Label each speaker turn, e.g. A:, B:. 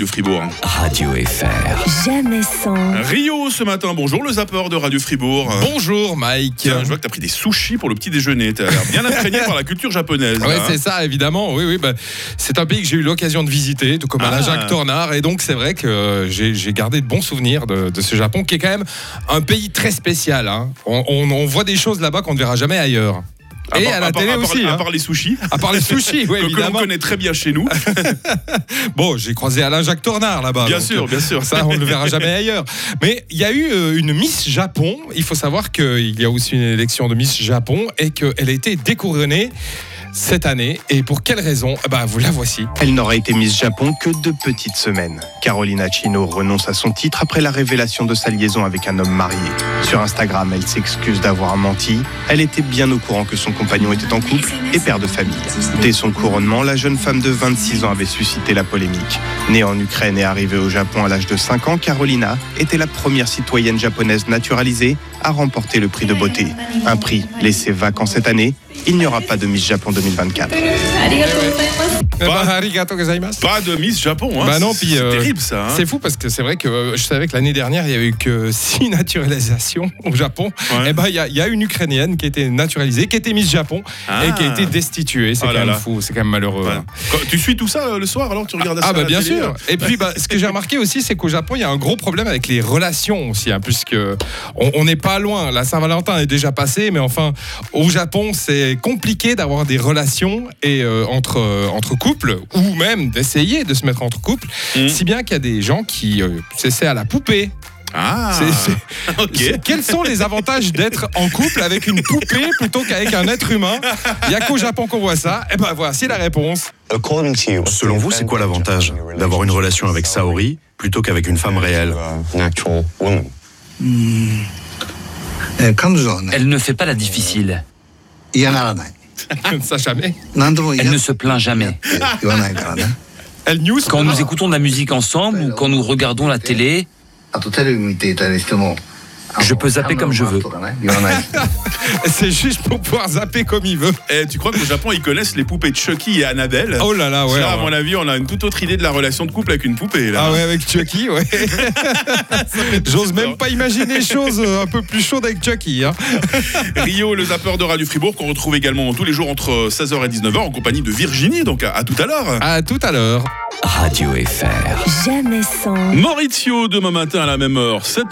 A: de Fribourg.
B: Radio FR.
C: Jamais sans.
A: Rio ce matin, bonjour le zapper de Radio Fribourg. Euh,
D: Bonjour Mike.
A: Tiens, je vois que t'as pris des sushis pour le petit déjeuner. T'as l'air bien imprégné par la culture japonaise.
D: Ouais,
A: là, hein.
D: c'est ça, évidemment. Oui, oui, bah, c'est un pays que j'ai eu l'occasion de visiter, tout comme à la
A: Ah.
D: Jacques Tornard. Et donc, c'est vrai que euh, j'ai j'ai gardé de bons souvenirs de, de ce Japon, qui est quand même un pays très spécial. hein. On, on- on voit des choses là-bas qu'on ne verra jamais ailleurs.
A: À
D: Et
A: part-
D: à la
A: Ah à part-
D: télé
A: à part-
D: aussi.
A: À
D: hein.
A: part les sushis.
D: À part les
A: que-
D: sushis, oui,
A: que l'on
D: évidemment. Ah,
A: connaît très bien chez nous.
D: Bon, j'ai croisé Alain Jacques Tornard là-bas.
A: Bien
D: donc,
A: sûr, bien sûr.
D: Ça, on ne le verra jamais ailleurs. Mais il y a eu euh, une Miss Japon. Il faut savoir qu'il y a aussi une élection de Miss Japon et qu'elle a été découronnée cette année. Et pour quelle raison Eh ben, vous la voici.
E: Elle n'aura été mise Japon que deux petites semaines. Carolina Chino renonce à son titre après la révélation de sa liaison avec un homme marié. Sur Instagram, elle s'excuse d'avoir menti. Elle était bien au courant que son compagnon était en couple et père de famille. Dès son couronnement, la jeune femme de 26 ans avait suscité la polémique. Née en Ukraine et arrivée au Japon à l'âge de 5 ans, Carolina était la première citoyenne japonaise naturalisée à remporter le prix de beauté. Un prix laissé vacant cette année. Il n'y aura pas de Miss Japon 2024.
D: Eh ben,
A: Bah.
D: arigato gozaimasu.
A: Pas de Miss Japon. Hein.
D: Bah non,
A: C'est-
D: puis,
A: c'est
D: euh,
A: terrible ça. hein.
D: C'est fou parce que c'est vrai que euh, je savais que l'année dernière, il y a eu que six naturalisations au Japon.
A: Ouais.
D: Eh ben, il y, a- il y a une Ukrainienne qui a été naturalisée, qui était Miss Japon et
A: Ah.
D: qui a été destituée. C'est
A: Oh
D: quand
A: là
D: même
A: là.
D: fou, c'est quand même malheureux.
A: Ouais.
D: hein.
A: Quand- Tu suis tout ça euh, le soir alors que tu regardes ça
D: Ah
A: à
D: bah
A: la
D: bien
A: télé, euh.
D: sûr.
A: là
D: Et puis bah, ce que j'ai remarqué aussi, c'est qu'au Japon, il y a un gros problème avec les relations aussi, hein, puisque on on n'est pas loin. La Saint-Valentin est déjà passée, mais enfin, au Japon, c'est compliqué d'avoir des relations et euh, entre euh, entre couples ou même d'essayer de se mettre entre couples,
A: Mhm.
D: si bien qu'il y a des gens qui euh, s'essaient à la poupée.
A: Ah,
D: C'est- c'est-
A: ok.
D: C'est- Quels sont les avantages d'être en couple avec une poupée plutôt qu'avec un être humain Il y a qu'au Japon qu'on voit ça. Et ben voici la réponse.
F: Selon vous, c'est quoi l'avantage d'avoir une relation avec Saori plutôt qu'avec une femme réelle
G: Elle ne fait pas la difficile.
D: ça jamais.
G: Elle ne se plaint jamais.
D: Elle news.
G: Quand nous écoutons de la musique ensemble ou quand nous regardons la télé, je peux zapper comme je veux.
D: C'est juste pour pouvoir zapper comme il veut.
A: Eh, tu crois qu'au Japon ils connaissent les poupées de Chucky et Annabelle
D: Oh là là, ouais.
A: Ça, à
D: ouais.
A: mon avis, on a une toute autre idée de la relation de couple avec une poupée. Là.
D: Ah ouais, avec Chucky, ouais. J'ose
A: peur.
D: même pas imaginer les choses euh, un peu plus chaudes avec Chucky. hein.
A: Rio, le zapper de Radio Fribourg, qu'on retrouve également tous les jours entre 16h et 19h en compagnie de Virginie. Donc à, à tout à l'heure.
D: À tout à l'heure.
B: Radio FR.
C: Jamais sans.
A: Maurizio, demain matin à la même heure, 7